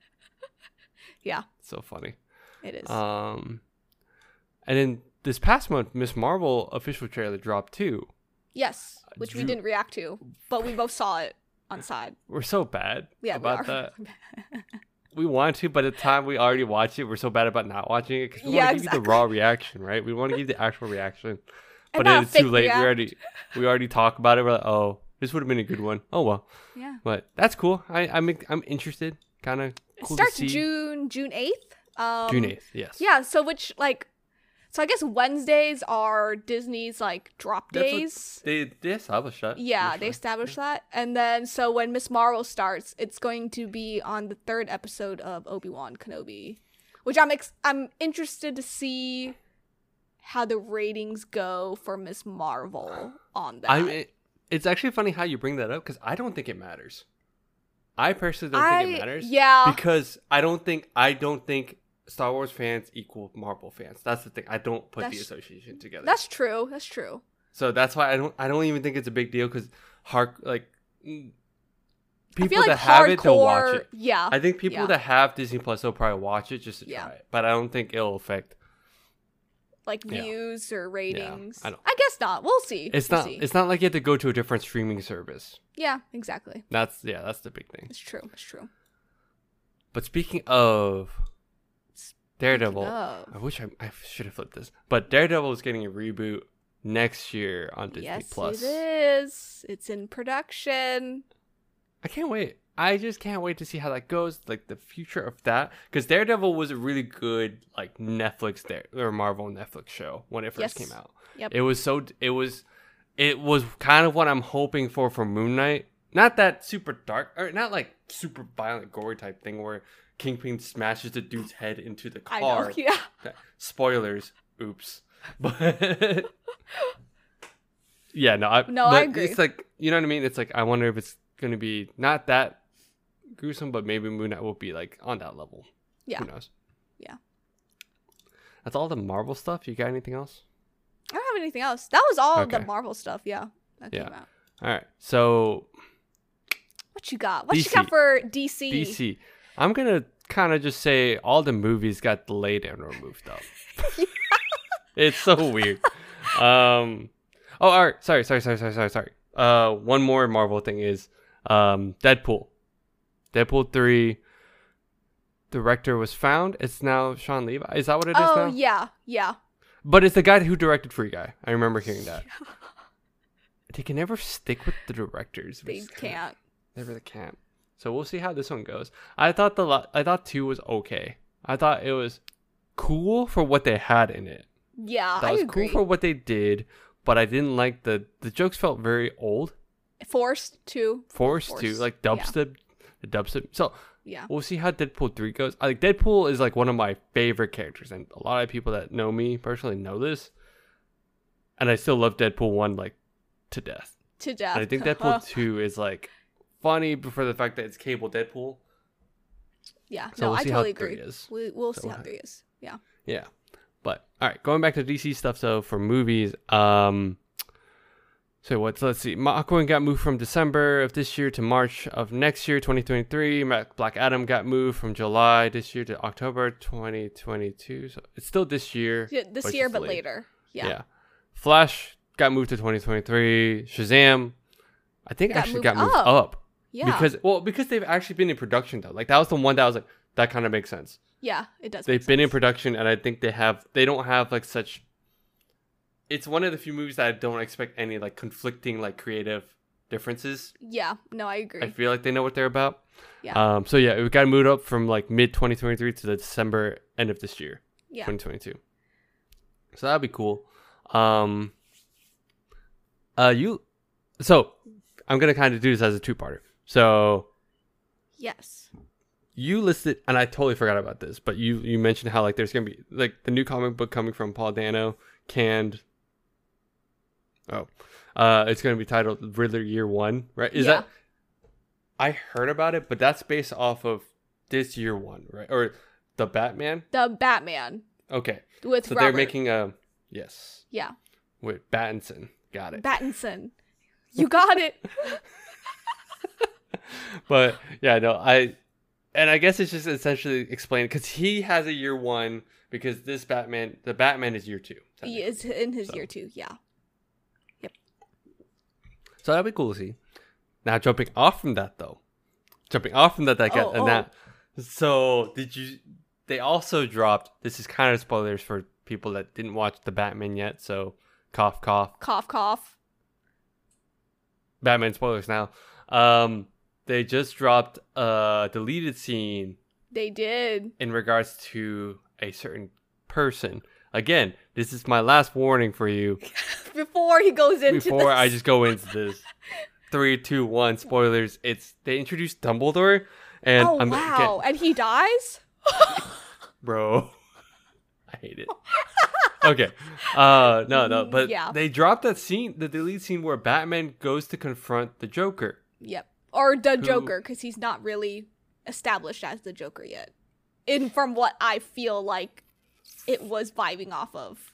[SPEAKER 2] Yeah.
[SPEAKER 1] So funny.
[SPEAKER 2] It is.
[SPEAKER 1] Um, and then this past month, Miss Marvel official trailer dropped too. Uh,
[SPEAKER 2] yes, which we
[SPEAKER 1] Drew-
[SPEAKER 2] didn't react to, but we both saw it on side.
[SPEAKER 1] We're so bad
[SPEAKER 2] [LAUGHS] Yeah, we
[SPEAKER 1] about
[SPEAKER 2] are.
[SPEAKER 1] that. We want to, but at the time we already watched it, we're so bad about not watching it because we
[SPEAKER 2] Yeah,
[SPEAKER 1] want to give you the raw reaction, right? We want to give you the actual
[SPEAKER 2] [LAUGHS]
[SPEAKER 1] reaction, but
[SPEAKER 2] not a
[SPEAKER 1] then it's too
[SPEAKER 2] fake
[SPEAKER 1] late.
[SPEAKER 2] react.
[SPEAKER 1] We already we already talked about it. We're like, oh, this would have been a good one. Oh well,
[SPEAKER 2] yeah.
[SPEAKER 1] but that's cool. I I'm I'm interested. Kind of
[SPEAKER 2] It
[SPEAKER 1] cool
[SPEAKER 2] starts
[SPEAKER 1] to see.
[SPEAKER 2] June June eighth. Um,
[SPEAKER 1] June eighth. Yes.
[SPEAKER 2] Yeah. So which like, so I guess Wednesdays are Disney's like drop
[SPEAKER 1] That's what-
[SPEAKER 2] days.
[SPEAKER 1] They they established that.
[SPEAKER 2] Yeah, they
[SPEAKER 1] initially.
[SPEAKER 2] established that. And then so when Miss Marvel starts, it's going to be on the third episode of Obi-Wan Kenobi, which I'm ex- I'm interested to see how the ratings go for Miss Marvel on that.
[SPEAKER 1] I it, eh, it's actually funny how you bring that up because I don't think it matters. I personally don't think
[SPEAKER 2] I-
[SPEAKER 1] it matters.
[SPEAKER 2] Yeah.
[SPEAKER 1] Because I don't think I don't think Star Wars fans equal Marvel fans. That's the thing. I don't put the
[SPEAKER 2] That's-
[SPEAKER 1] association together.
[SPEAKER 2] That's true. That's true.
[SPEAKER 1] so that's why I don't I don't even think it's a big deal because hark like mm,
[SPEAKER 2] I feel
[SPEAKER 1] people
[SPEAKER 2] like
[SPEAKER 1] that have it they'll watch
[SPEAKER 2] hardcore-
[SPEAKER 1] it.
[SPEAKER 2] Yeah.
[SPEAKER 1] I think people
[SPEAKER 2] yeah.
[SPEAKER 1] that have Disney Plus they'll probably watch it just to
[SPEAKER 2] Yeah.
[SPEAKER 1] try it. But I don't think it'll affect.
[SPEAKER 2] like
[SPEAKER 1] yeah.
[SPEAKER 2] views or ratings.
[SPEAKER 1] I don't-
[SPEAKER 2] guess not. We'll see.
[SPEAKER 1] It's
[SPEAKER 2] We'll
[SPEAKER 1] not
[SPEAKER 2] see.
[SPEAKER 1] it's not like you have to go to a different streaming service.
[SPEAKER 2] yeah, exactly.
[SPEAKER 1] That's yeah, that's the big thing.
[SPEAKER 2] It's true. It's true.
[SPEAKER 1] But speaking of Daredevil,
[SPEAKER 2] of.
[SPEAKER 1] I wish I, I should have flipped this. But Daredevil is getting a reboot next year on Oh, Disney
[SPEAKER 2] yes,
[SPEAKER 1] Plus.
[SPEAKER 2] it is. It's in production.
[SPEAKER 1] I can't wait. I just can't wait to see how that goes, like the future of that. Because Daredevil was a really good like Netflix there or Marvel Netflix show when it first
[SPEAKER 2] Yes.
[SPEAKER 1] came out.
[SPEAKER 2] Yep.
[SPEAKER 1] It was so it was it was kind of what I'm hoping for for Moon Knight. Not that super dark or not like super violent gory type thing where Kingpin smashes the dude's head into the car.
[SPEAKER 2] I [LAUGHS] know. Yeah.
[SPEAKER 1] spoilers oops [LAUGHS] but yeah no i
[SPEAKER 2] No, I
[SPEAKER 1] but
[SPEAKER 2] agree.
[SPEAKER 1] it's like you know what i mean it's like i wonder if it's gonna be not that gruesome but maybe moon knight will be like on that level
[SPEAKER 2] Yeah.
[SPEAKER 1] who knows
[SPEAKER 2] Yeah.
[SPEAKER 1] that's all the marvel stuff you got anything else
[SPEAKER 2] I don't have anything else. That was all the
[SPEAKER 1] Okay.
[SPEAKER 2] Marvel stuff. Yeah. That
[SPEAKER 1] Yeah.
[SPEAKER 2] came out.
[SPEAKER 1] all right so
[SPEAKER 2] What you got? What you
[SPEAKER 1] DC.
[SPEAKER 2] got for DC?
[SPEAKER 1] dc i'm gonna kind of just say all the movies got delayed and were moved
[SPEAKER 2] [LAUGHS]
[SPEAKER 1] up it's so weird um oh all right sorry sorry sorry sorry sorry sorry uh one more marvel thing is um deadpool deadpool 3 director was found it's now sean levi is that what it is
[SPEAKER 2] oh
[SPEAKER 1] now
[SPEAKER 2] yeah, yeah.
[SPEAKER 1] but it's the guy who directed free guy i remember hearing that they can never stick with the directors which
[SPEAKER 2] [LAUGHS] They
[SPEAKER 1] is kinda-
[SPEAKER 2] can't.
[SPEAKER 1] never the camp. So we'll see how this one goes. I thought the lo- I thought two was okay. I thought it was cool for what they had in it.
[SPEAKER 2] Yeah,
[SPEAKER 1] That
[SPEAKER 2] I
[SPEAKER 1] was
[SPEAKER 2] agree.
[SPEAKER 1] cool for what they did, but I didn't like the the jokes felt very old,
[SPEAKER 2] Forced to.
[SPEAKER 1] forced, to
[SPEAKER 2] Forced,
[SPEAKER 1] like
[SPEAKER 2] yeah. Uh-huh.
[SPEAKER 1] dubstep, the dubstep. So
[SPEAKER 2] Yeah.
[SPEAKER 1] we'll see how Deadpool three goes. I like Deadpool is like one of my favorite characters, and a lot of people that know me personally know this. And I still love Deadpool one like to death.
[SPEAKER 2] To death.
[SPEAKER 1] And I
[SPEAKER 2] [LAUGHS]
[SPEAKER 1] think Deadpool two is like funny for the fact that it's cable Deadpool.
[SPEAKER 2] yeah.
[SPEAKER 1] So
[SPEAKER 2] no,
[SPEAKER 1] we'll
[SPEAKER 2] I
[SPEAKER 1] see
[SPEAKER 2] totally
[SPEAKER 1] how three
[SPEAKER 2] agree.
[SPEAKER 1] is.
[SPEAKER 2] We we'll
[SPEAKER 1] So
[SPEAKER 2] see
[SPEAKER 1] we'll
[SPEAKER 2] how
[SPEAKER 1] have-
[SPEAKER 2] three is. Yeah.
[SPEAKER 1] Yeah. But all right, going back to DC stuff though for movies. Um so what's let's see. Ma- Aquaman got moved from December of this year to March of next year, 2023. Ma- Black Adam got moved from July this year to October 2022. So it's still this year.
[SPEAKER 2] Yeah, This
[SPEAKER 1] Which
[SPEAKER 2] year,
[SPEAKER 1] is
[SPEAKER 2] but
[SPEAKER 1] late.
[SPEAKER 2] later. Yeah.
[SPEAKER 1] Flash got moved to 2023. Shazam I think
[SPEAKER 2] Got
[SPEAKER 1] actually
[SPEAKER 2] moved
[SPEAKER 1] got moved
[SPEAKER 2] up.
[SPEAKER 1] up
[SPEAKER 2] Yeah.
[SPEAKER 1] because well because they've actually been in production though. Like that was the one that was like that kind of makes sense.
[SPEAKER 2] yeah. It does.
[SPEAKER 1] they've
[SPEAKER 2] make
[SPEAKER 1] been in
[SPEAKER 2] sense.
[SPEAKER 1] production and i think they have they don't have like such it's one of the few movies that i don't expect any like conflicting like creative differences
[SPEAKER 2] Yeah. No, I agree.
[SPEAKER 1] i feel like they know what they're about
[SPEAKER 2] Yeah.
[SPEAKER 1] um so yeah we got moved up from like mid 2023 to the december end of this year
[SPEAKER 2] yeah.
[SPEAKER 1] 2022 so that'd be cool um uh you so i'm gonna kind of do this as a two-parter so
[SPEAKER 2] Yes.
[SPEAKER 1] you listed and i totally forgot about this but you you mentioned how like there's gonna be like the new comic book coming from paul dano canned oh uh it's gonna be titled riddler year one right is
[SPEAKER 2] Yeah.
[SPEAKER 1] that i heard about it but that's based off of this year one right or the batman
[SPEAKER 2] The Batman.
[SPEAKER 1] Okay.
[SPEAKER 2] with
[SPEAKER 1] So
[SPEAKER 2] Robert.
[SPEAKER 1] they're making a yes
[SPEAKER 2] yeah
[SPEAKER 1] [LAUGHS] with Battinson. Got it.
[SPEAKER 2] Battinson. You got it.
[SPEAKER 1] [LAUGHS] but yeah, no, I and I guess it's just essentially explained because he has a year one because this Batman, the Batman is year two.
[SPEAKER 2] he is in his
[SPEAKER 1] So.
[SPEAKER 2] year two. Yeah.
[SPEAKER 1] So that'd be cool to see. Now jumping off from that though, jumping off from that, that got
[SPEAKER 2] Oh,
[SPEAKER 1] and
[SPEAKER 2] oh.
[SPEAKER 1] that. So did you? They also dropped. This is kind of spoilers for people that didn't watch the Batman yet. So cough, cough.
[SPEAKER 2] Cough, cough.
[SPEAKER 1] Batman spoilers now. Um, they just dropped a deleted scene
[SPEAKER 2] They
[SPEAKER 1] [LAUGHS]
[SPEAKER 2] did.
[SPEAKER 1] in regards to a certain person. Again, this is my last warning for you
[SPEAKER 2] Before he goes into
[SPEAKER 1] before
[SPEAKER 2] this. [LAUGHS]
[SPEAKER 1] I just go into this. Three, two, one, spoilers. It's they introduced Dumbledore, and
[SPEAKER 2] oh
[SPEAKER 1] I'm
[SPEAKER 2] wow!
[SPEAKER 1] again,
[SPEAKER 2] and he dies.
[SPEAKER 1] bro. [LAUGHS] I hate
[SPEAKER 2] [LAUGHS]
[SPEAKER 1] it. okay. Uh no, no, but
[SPEAKER 2] Mm, Yeah.
[SPEAKER 1] they dropped that scene, the delete scene where Batman goes to confront the Joker.
[SPEAKER 2] Yep. Or the
[SPEAKER 1] Who-
[SPEAKER 2] Joker, because he's not really established as the Joker yet. In from what I feel like, it was vibing off of.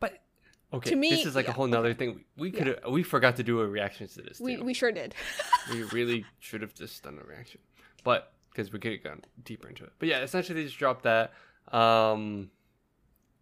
[SPEAKER 1] But okay,
[SPEAKER 2] To me-
[SPEAKER 1] this is like
[SPEAKER 2] yeah,
[SPEAKER 1] a whole nother thing. We, we could we forgot to do a reaction to this.
[SPEAKER 2] We
[SPEAKER 1] too.
[SPEAKER 2] we sure did.
[SPEAKER 1] we really should have just done a reaction, but because we could have gone deeper into it. But yeah, essentially they just dropped that. Um,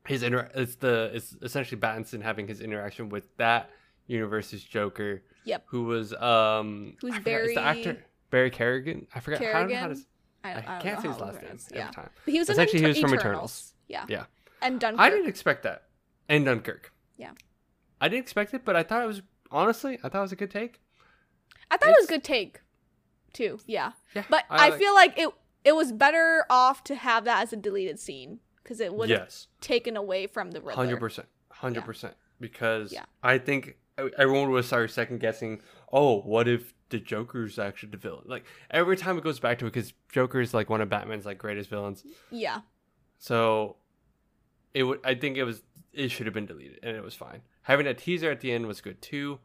[SPEAKER 1] his inter- it's the it's essentially Battinson having his interaction with that universe's Joker.
[SPEAKER 2] Yep.
[SPEAKER 1] Who was um
[SPEAKER 2] Who's
[SPEAKER 1] I forgot- it's
[SPEAKER 2] Barry-
[SPEAKER 1] the actor Barry Kerrigan? I forgot how, I don't know how to,
[SPEAKER 2] Kerrigan?
[SPEAKER 1] s- I, can't say his last name every
[SPEAKER 2] Yeah.
[SPEAKER 1] time.
[SPEAKER 2] But he was in
[SPEAKER 1] Essentially, he
[SPEAKER 2] Eter-
[SPEAKER 1] was from
[SPEAKER 2] Eternals. Yeah.
[SPEAKER 1] Yeah.
[SPEAKER 2] And Dunkirk.
[SPEAKER 1] I didn't expect that. And Dunkirk.
[SPEAKER 2] Yeah.
[SPEAKER 1] I didn't expect it, but I thought it was honestly I thought it was a good take.
[SPEAKER 2] I thought it was
[SPEAKER 1] It's-
[SPEAKER 2] a good take, too. Yeah,
[SPEAKER 1] Yeah.
[SPEAKER 2] but I, feel like it it was better off to have that as a deleted scene because it would have
[SPEAKER 1] yes.
[SPEAKER 2] taken away from the Riddler.
[SPEAKER 1] Hundred percent, hundred percent. Because
[SPEAKER 2] Yeah.
[SPEAKER 1] I think e-, everyone was sorry second guessing. Oh, what if the Joker's actually the villain? Like every time it goes back to it, because Joker is like one of Batman's like greatest villains.
[SPEAKER 2] Yeah,
[SPEAKER 1] So it would. I think it was. It should have been deleted, and it was fine. Having a teaser at the end was good too.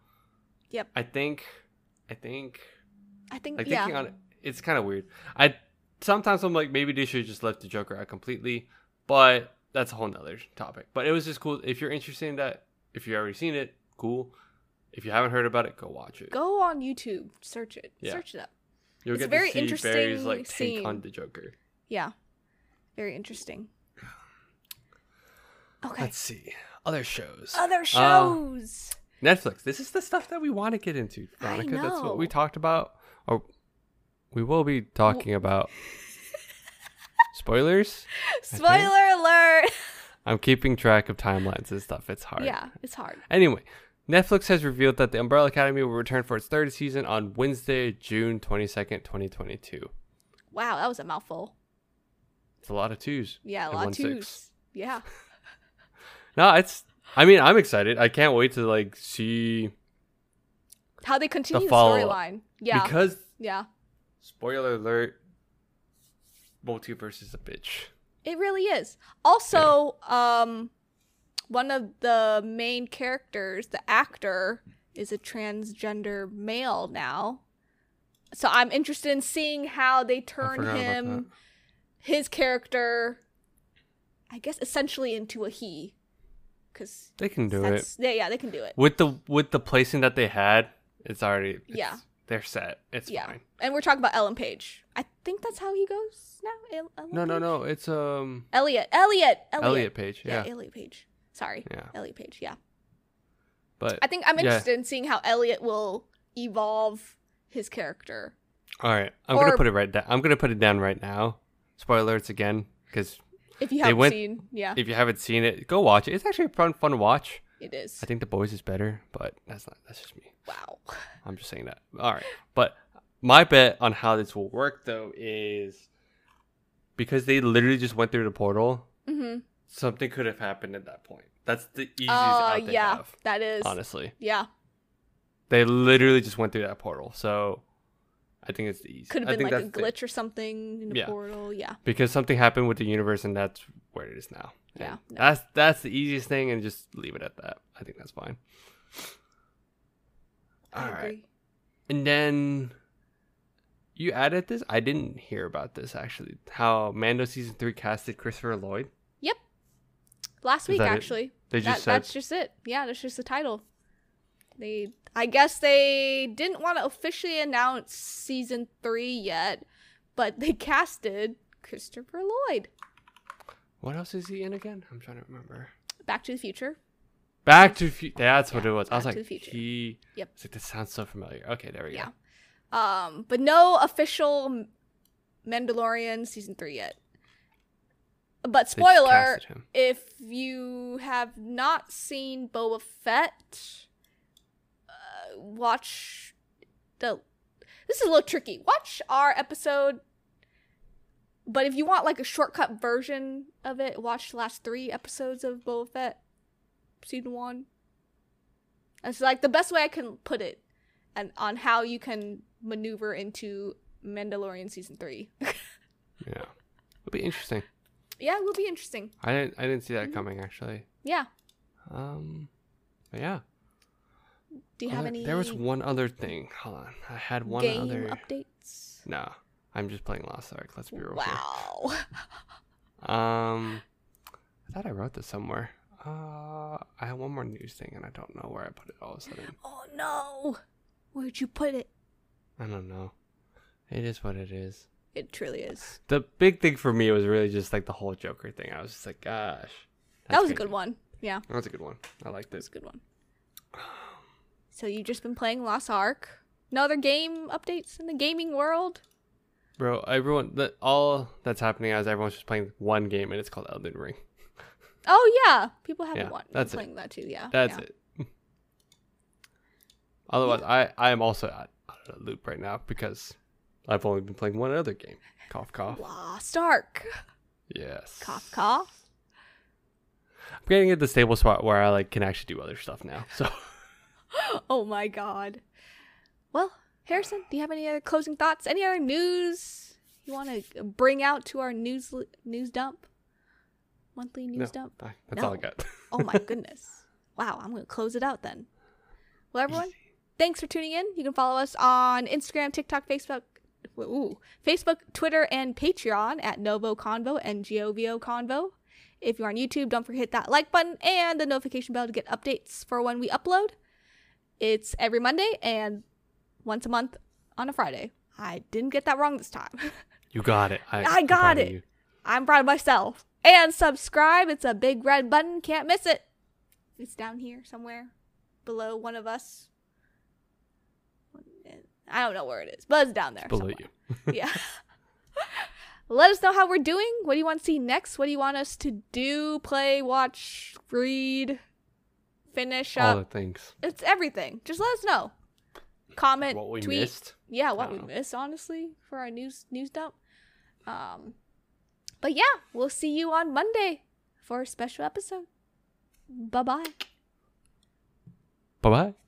[SPEAKER 2] Yep.
[SPEAKER 1] I think. I think.
[SPEAKER 2] I think.
[SPEAKER 1] Like
[SPEAKER 2] yeah,
[SPEAKER 1] thinking on it, it's kind of weird. I sometimes I'm like maybe they should have just left the Joker out completely, but that's a whole nother topic. But it was just cool. If you're interested in that, if you've already seen it, cool. If you haven't heard about it, go watch it.
[SPEAKER 2] go on YouTube, search it,
[SPEAKER 1] Yeah.
[SPEAKER 2] search it up.
[SPEAKER 1] You'll
[SPEAKER 2] It's
[SPEAKER 1] get
[SPEAKER 2] very
[SPEAKER 1] to see Barry's
[SPEAKER 2] interesting
[SPEAKER 1] like take
[SPEAKER 2] scene.
[SPEAKER 1] on the Joker.
[SPEAKER 2] Yeah, very interesting. Okay,
[SPEAKER 1] Let's see other shows.
[SPEAKER 2] other shows.
[SPEAKER 1] Netflix. This is the stuff that we want to get into,
[SPEAKER 2] I
[SPEAKER 1] Veronica. That's what we
[SPEAKER 2] know.
[SPEAKER 1] talked about, or we will be talking
[SPEAKER 2] [LAUGHS]
[SPEAKER 1] about. Spoilers.
[SPEAKER 2] Spoiler alert.
[SPEAKER 1] I'm keeping track of timelines and stuff. It's hard.
[SPEAKER 2] Yeah, it's hard.
[SPEAKER 1] Anyway, Netflix has revealed that The Umbrella Academy will return for its third season on Wednesday, June 22nd, 2022.
[SPEAKER 2] Wow, that was a mouthful.
[SPEAKER 1] It's a lot of twos.
[SPEAKER 2] Yeah, a
[SPEAKER 1] And
[SPEAKER 2] lot
[SPEAKER 1] one
[SPEAKER 2] of
[SPEAKER 1] six.
[SPEAKER 2] twos. Yeah,
[SPEAKER 1] No, it's, I mean, I'm excited. I can't wait to, like, see.
[SPEAKER 2] how they continue the,
[SPEAKER 1] follow-up.
[SPEAKER 2] storyline. Yeah,
[SPEAKER 1] Because,
[SPEAKER 2] yeah.
[SPEAKER 1] spoiler alert, multiverse is a bitch.
[SPEAKER 2] It really is. Also, um, one of the main characters, the actor, is a transgender male now. So I'm interested in seeing how they
[SPEAKER 1] I
[SPEAKER 2] turn
[SPEAKER 1] forgot about
[SPEAKER 2] him, his character, I guess essentially into a he, because
[SPEAKER 1] that. They can do it.
[SPEAKER 2] yeah, yeah, they can do it.
[SPEAKER 1] With the with the placing that they had, it's already. it's-
[SPEAKER 2] Yeah.
[SPEAKER 1] They're set. It's
[SPEAKER 2] Yeah.
[SPEAKER 1] fine.
[SPEAKER 2] And we're talking about Ellen Page. I think that's how he goes now. El- Ellen
[SPEAKER 1] No, no,
[SPEAKER 2] Page?
[SPEAKER 1] no. It's, um,
[SPEAKER 2] Elliot, Elliot, Elliot,
[SPEAKER 1] Elliot Page.
[SPEAKER 2] yeah,
[SPEAKER 1] Yeah.
[SPEAKER 2] Elliot Page. Sorry,
[SPEAKER 1] Yeah.
[SPEAKER 2] Elliot Page. Yeah.
[SPEAKER 1] But,
[SPEAKER 2] I think I'm
[SPEAKER 1] Yeah.
[SPEAKER 2] interested in seeing how Elliot will evolve his character.
[SPEAKER 1] all right. I'm
[SPEAKER 2] or-
[SPEAKER 1] going to put it right down. I'm going to put it down right now. Spoiler alerts again, because
[SPEAKER 2] If you
[SPEAKER 1] They
[SPEAKER 2] haven't
[SPEAKER 1] went-
[SPEAKER 2] seen, yeah,
[SPEAKER 1] if you haven't seen it, go watch it. It's actually a fun, fun watch.
[SPEAKER 2] it is.
[SPEAKER 1] I think The Boys is better, but that's not. That's just me.
[SPEAKER 2] Wow.
[SPEAKER 1] I'm just saying that. All right, but my bet on how this will work though is because they literally just went through the portal.
[SPEAKER 2] Mm-hmm.
[SPEAKER 1] Something could have happened at that point. That's the easiest
[SPEAKER 2] Uh,
[SPEAKER 1] out they
[SPEAKER 2] yeah,
[SPEAKER 1] have.
[SPEAKER 2] that is.
[SPEAKER 1] Honestly,
[SPEAKER 2] Yeah,
[SPEAKER 1] they literally just went through that portal, so I think it's the easiest.
[SPEAKER 2] could
[SPEAKER 1] I
[SPEAKER 2] have been
[SPEAKER 1] think
[SPEAKER 2] like a
[SPEAKER 1] that's the-
[SPEAKER 2] glitch or something in the
[SPEAKER 1] Yeah.
[SPEAKER 2] portal. Yeah,
[SPEAKER 1] because something happened with the universe, and that's where it is now.
[SPEAKER 2] Yeah,
[SPEAKER 1] And
[SPEAKER 2] no.
[SPEAKER 1] that's that's the easiest thing, and just leave it at that. I think that's fine.
[SPEAKER 2] I
[SPEAKER 1] All right.
[SPEAKER 2] agree.
[SPEAKER 1] And then you added this? I didn't hear about this actually. How Mando season three casted Christopher Lloyd?
[SPEAKER 2] Yep. Last
[SPEAKER 1] Is
[SPEAKER 2] week,
[SPEAKER 1] that it?
[SPEAKER 2] actually.
[SPEAKER 1] They
[SPEAKER 2] That,
[SPEAKER 1] just said
[SPEAKER 2] that's just it. Yeah, that's just the title. They, I guess they didn't want to officially announce season three yet, but they [LAUGHS] casted Christopher Lloyd.
[SPEAKER 1] what else is he in again? I'm trying to remember.
[SPEAKER 2] Back to the Future.
[SPEAKER 1] Back to Future. That's what it was. I was
[SPEAKER 2] Back
[SPEAKER 1] like,
[SPEAKER 2] to the Future.
[SPEAKER 1] he.
[SPEAKER 2] Yep.
[SPEAKER 1] It's like this sounds so familiar. Okay, there we
[SPEAKER 2] Yeah.
[SPEAKER 1] go.
[SPEAKER 2] Um, but no official Mandalorian season three yet. But
[SPEAKER 1] They just
[SPEAKER 2] spoiler,
[SPEAKER 1] casted him.
[SPEAKER 2] if you have not seen Boba Fett, uh, watch the. This is a little tricky. Watch our episode. But if you want like a shortcut version of it, watch the last three episodes of Boba Fett, season one. That's like the best way I can put it, and on how you can maneuver into Mandalorian season three.
[SPEAKER 1] Yeah. It'll be interesting.
[SPEAKER 2] yeah, it will be interesting.
[SPEAKER 1] I didn't. I didn't see that
[SPEAKER 2] Mhm.
[SPEAKER 1] coming actually.
[SPEAKER 2] Yeah.
[SPEAKER 1] Um. But yeah.
[SPEAKER 2] Do you have
[SPEAKER 1] Other-
[SPEAKER 2] any?
[SPEAKER 1] There was one other thing. Hold on. I had one
[SPEAKER 2] game
[SPEAKER 1] other.
[SPEAKER 2] updates.
[SPEAKER 1] No, I'm just playing Lost Ark. Let's be real. Wow.
[SPEAKER 2] Wow.
[SPEAKER 1] Um, I thought I wrote this somewhere. Uh, I have one more news thing, and I don't know where I put it. All of a sudden,
[SPEAKER 2] Oh no. Where'd you put it?
[SPEAKER 1] I don't know. It is what it is.
[SPEAKER 2] It truly is.
[SPEAKER 1] The big thing for me was really just like the whole Joker thing. I was just like, gosh,
[SPEAKER 2] that
[SPEAKER 1] that's
[SPEAKER 2] was a
[SPEAKER 1] crazy.
[SPEAKER 2] good one. Yeah,
[SPEAKER 1] That was a good one. I liked
[SPEAKER 2] that
[SPEAKER 1] it.
[SPEAKER 2] was a good one. So you've just been playing Lost Ark. No other game updates in the gaming world?
[SPEAKER 1] Bro, everyone, the, all that's happening is everyone's just playing one game, and it's called Elden Ring.
[SPEAKER 2] Oh yeah, people haven't
[SPEAKER 1] Yeah,
[SPEAKER 2] won- been
[SPEAKER 1] that's it.
[SPEAKER 2] playing that too. Yeah,
[SPEAKER 1] That's
[SPEAKER 2] yeah.
[SPEAKER 1] it. [LAUGHS] Otherwise, I I am also out, out of the loop right now because I've only been playing one other game. Cough, cough.
[SPEAKER 2] Lost Ark.
[SPEAKER 1] Yes.
[SPEAKER 2] Cough cough.
[SPEAKER 1] I'm getting at the stable spot where I like can actually do other stuff now. So
[SPEAKER 2] [LAUGHS]
[SPEAKER 1] [LAUGHS]
[SPEAKER 2] Oh my god. Well, Harrison, do you have any other closing thoughts? Any other news you want to bring out to our news news dump? Monthly news dump.
[SPEAKER 1] I- that's all I
[SPEAKER 2] No.
[SPEAKER 1] got. [LAUGHS]
[SPEAKER 2] Oh my goodness. Wow, I'm going to close it out then. Well, everyone, thanks for tuning in. You can follow us on Instagram, TikTok, Facebook, ooh, Facebook, Twitter, and Patreon at Novo Convo and Govio Convo. If you're on YouTube, don't forget that like button and the notification bell to get updates for when we upload. It's every Monday and once a month on a Friday. I didn't get that wrong this time. [LAUGHS]
[SPEAKER 1] You got it. I,
[SPEAKER 2] I
[SPEAKER 1] I'm
[SPEAKER 2] got
[SPEAKER 1] proud of
[SPEAKER 2] it.
[SPEAKER 1] you.
[SPEAKER 2] I'm proud of myself. And subscribe. It's a big red button. Can't miss it. It's down here somewhere below one of us. I don't know where it is, but it's down there.
[SPEAKER 1] Below
[SPEAKER 2] somewhere.
[SPEAKER 1] you. [LAUGHS]
[SPEAKER 2] Yeah. [LAUGHS] Let us know how we're doing. What do you want to see next? What do you want us to do? Play, watch, read, finish
[SPEAKER 1] All
[SPEAKER 2] up.
[SPEAKER 1] the things.
[SPEAKER 2] It's everything. Just let us know. Comment,
[SPEAKER 1] What we
[SPEAKER 2] tweet,
[SPEAKER 1] missed.
[SPEAKER 2] yeah, what
[SPEAKER 1] I
[SPEAKER 2] we
[SPEAKER 1] don't know.
[SPEAKER 2] miss honestly for our news news dump. Um, but yeah, we'll see you on Monday for a special episode. Bye bye.
[SPEAKER 1] Bye bye.